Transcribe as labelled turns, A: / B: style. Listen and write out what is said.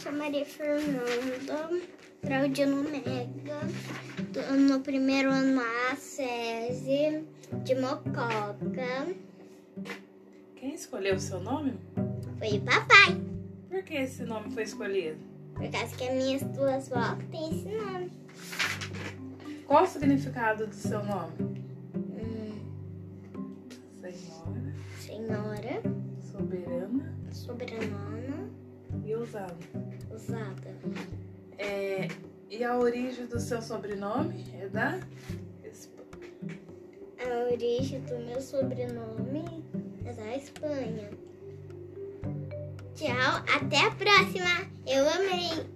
A: foi Maria Fernanda, Claudiano Mega, do- no primeiro ano A, SESI, de Mococa.
B: Quem escolheu o seu nome?
A: Foi o papai,
B: Por que esse nome foi escolhido?
A: por causa que as minhas duas vó têm esse nome.
B: Qual o significado do seu nome?
A: Hum,
B: Senhora,
A: senhora,
B: soberana
A: sobrenome,
B: e ousada.
A: usada.
B: É, e a origem do seu sobrenome é da Esp-
A: A origem do meu sobrenome é da Espanha. Tchau, até a próxima. Eu amei.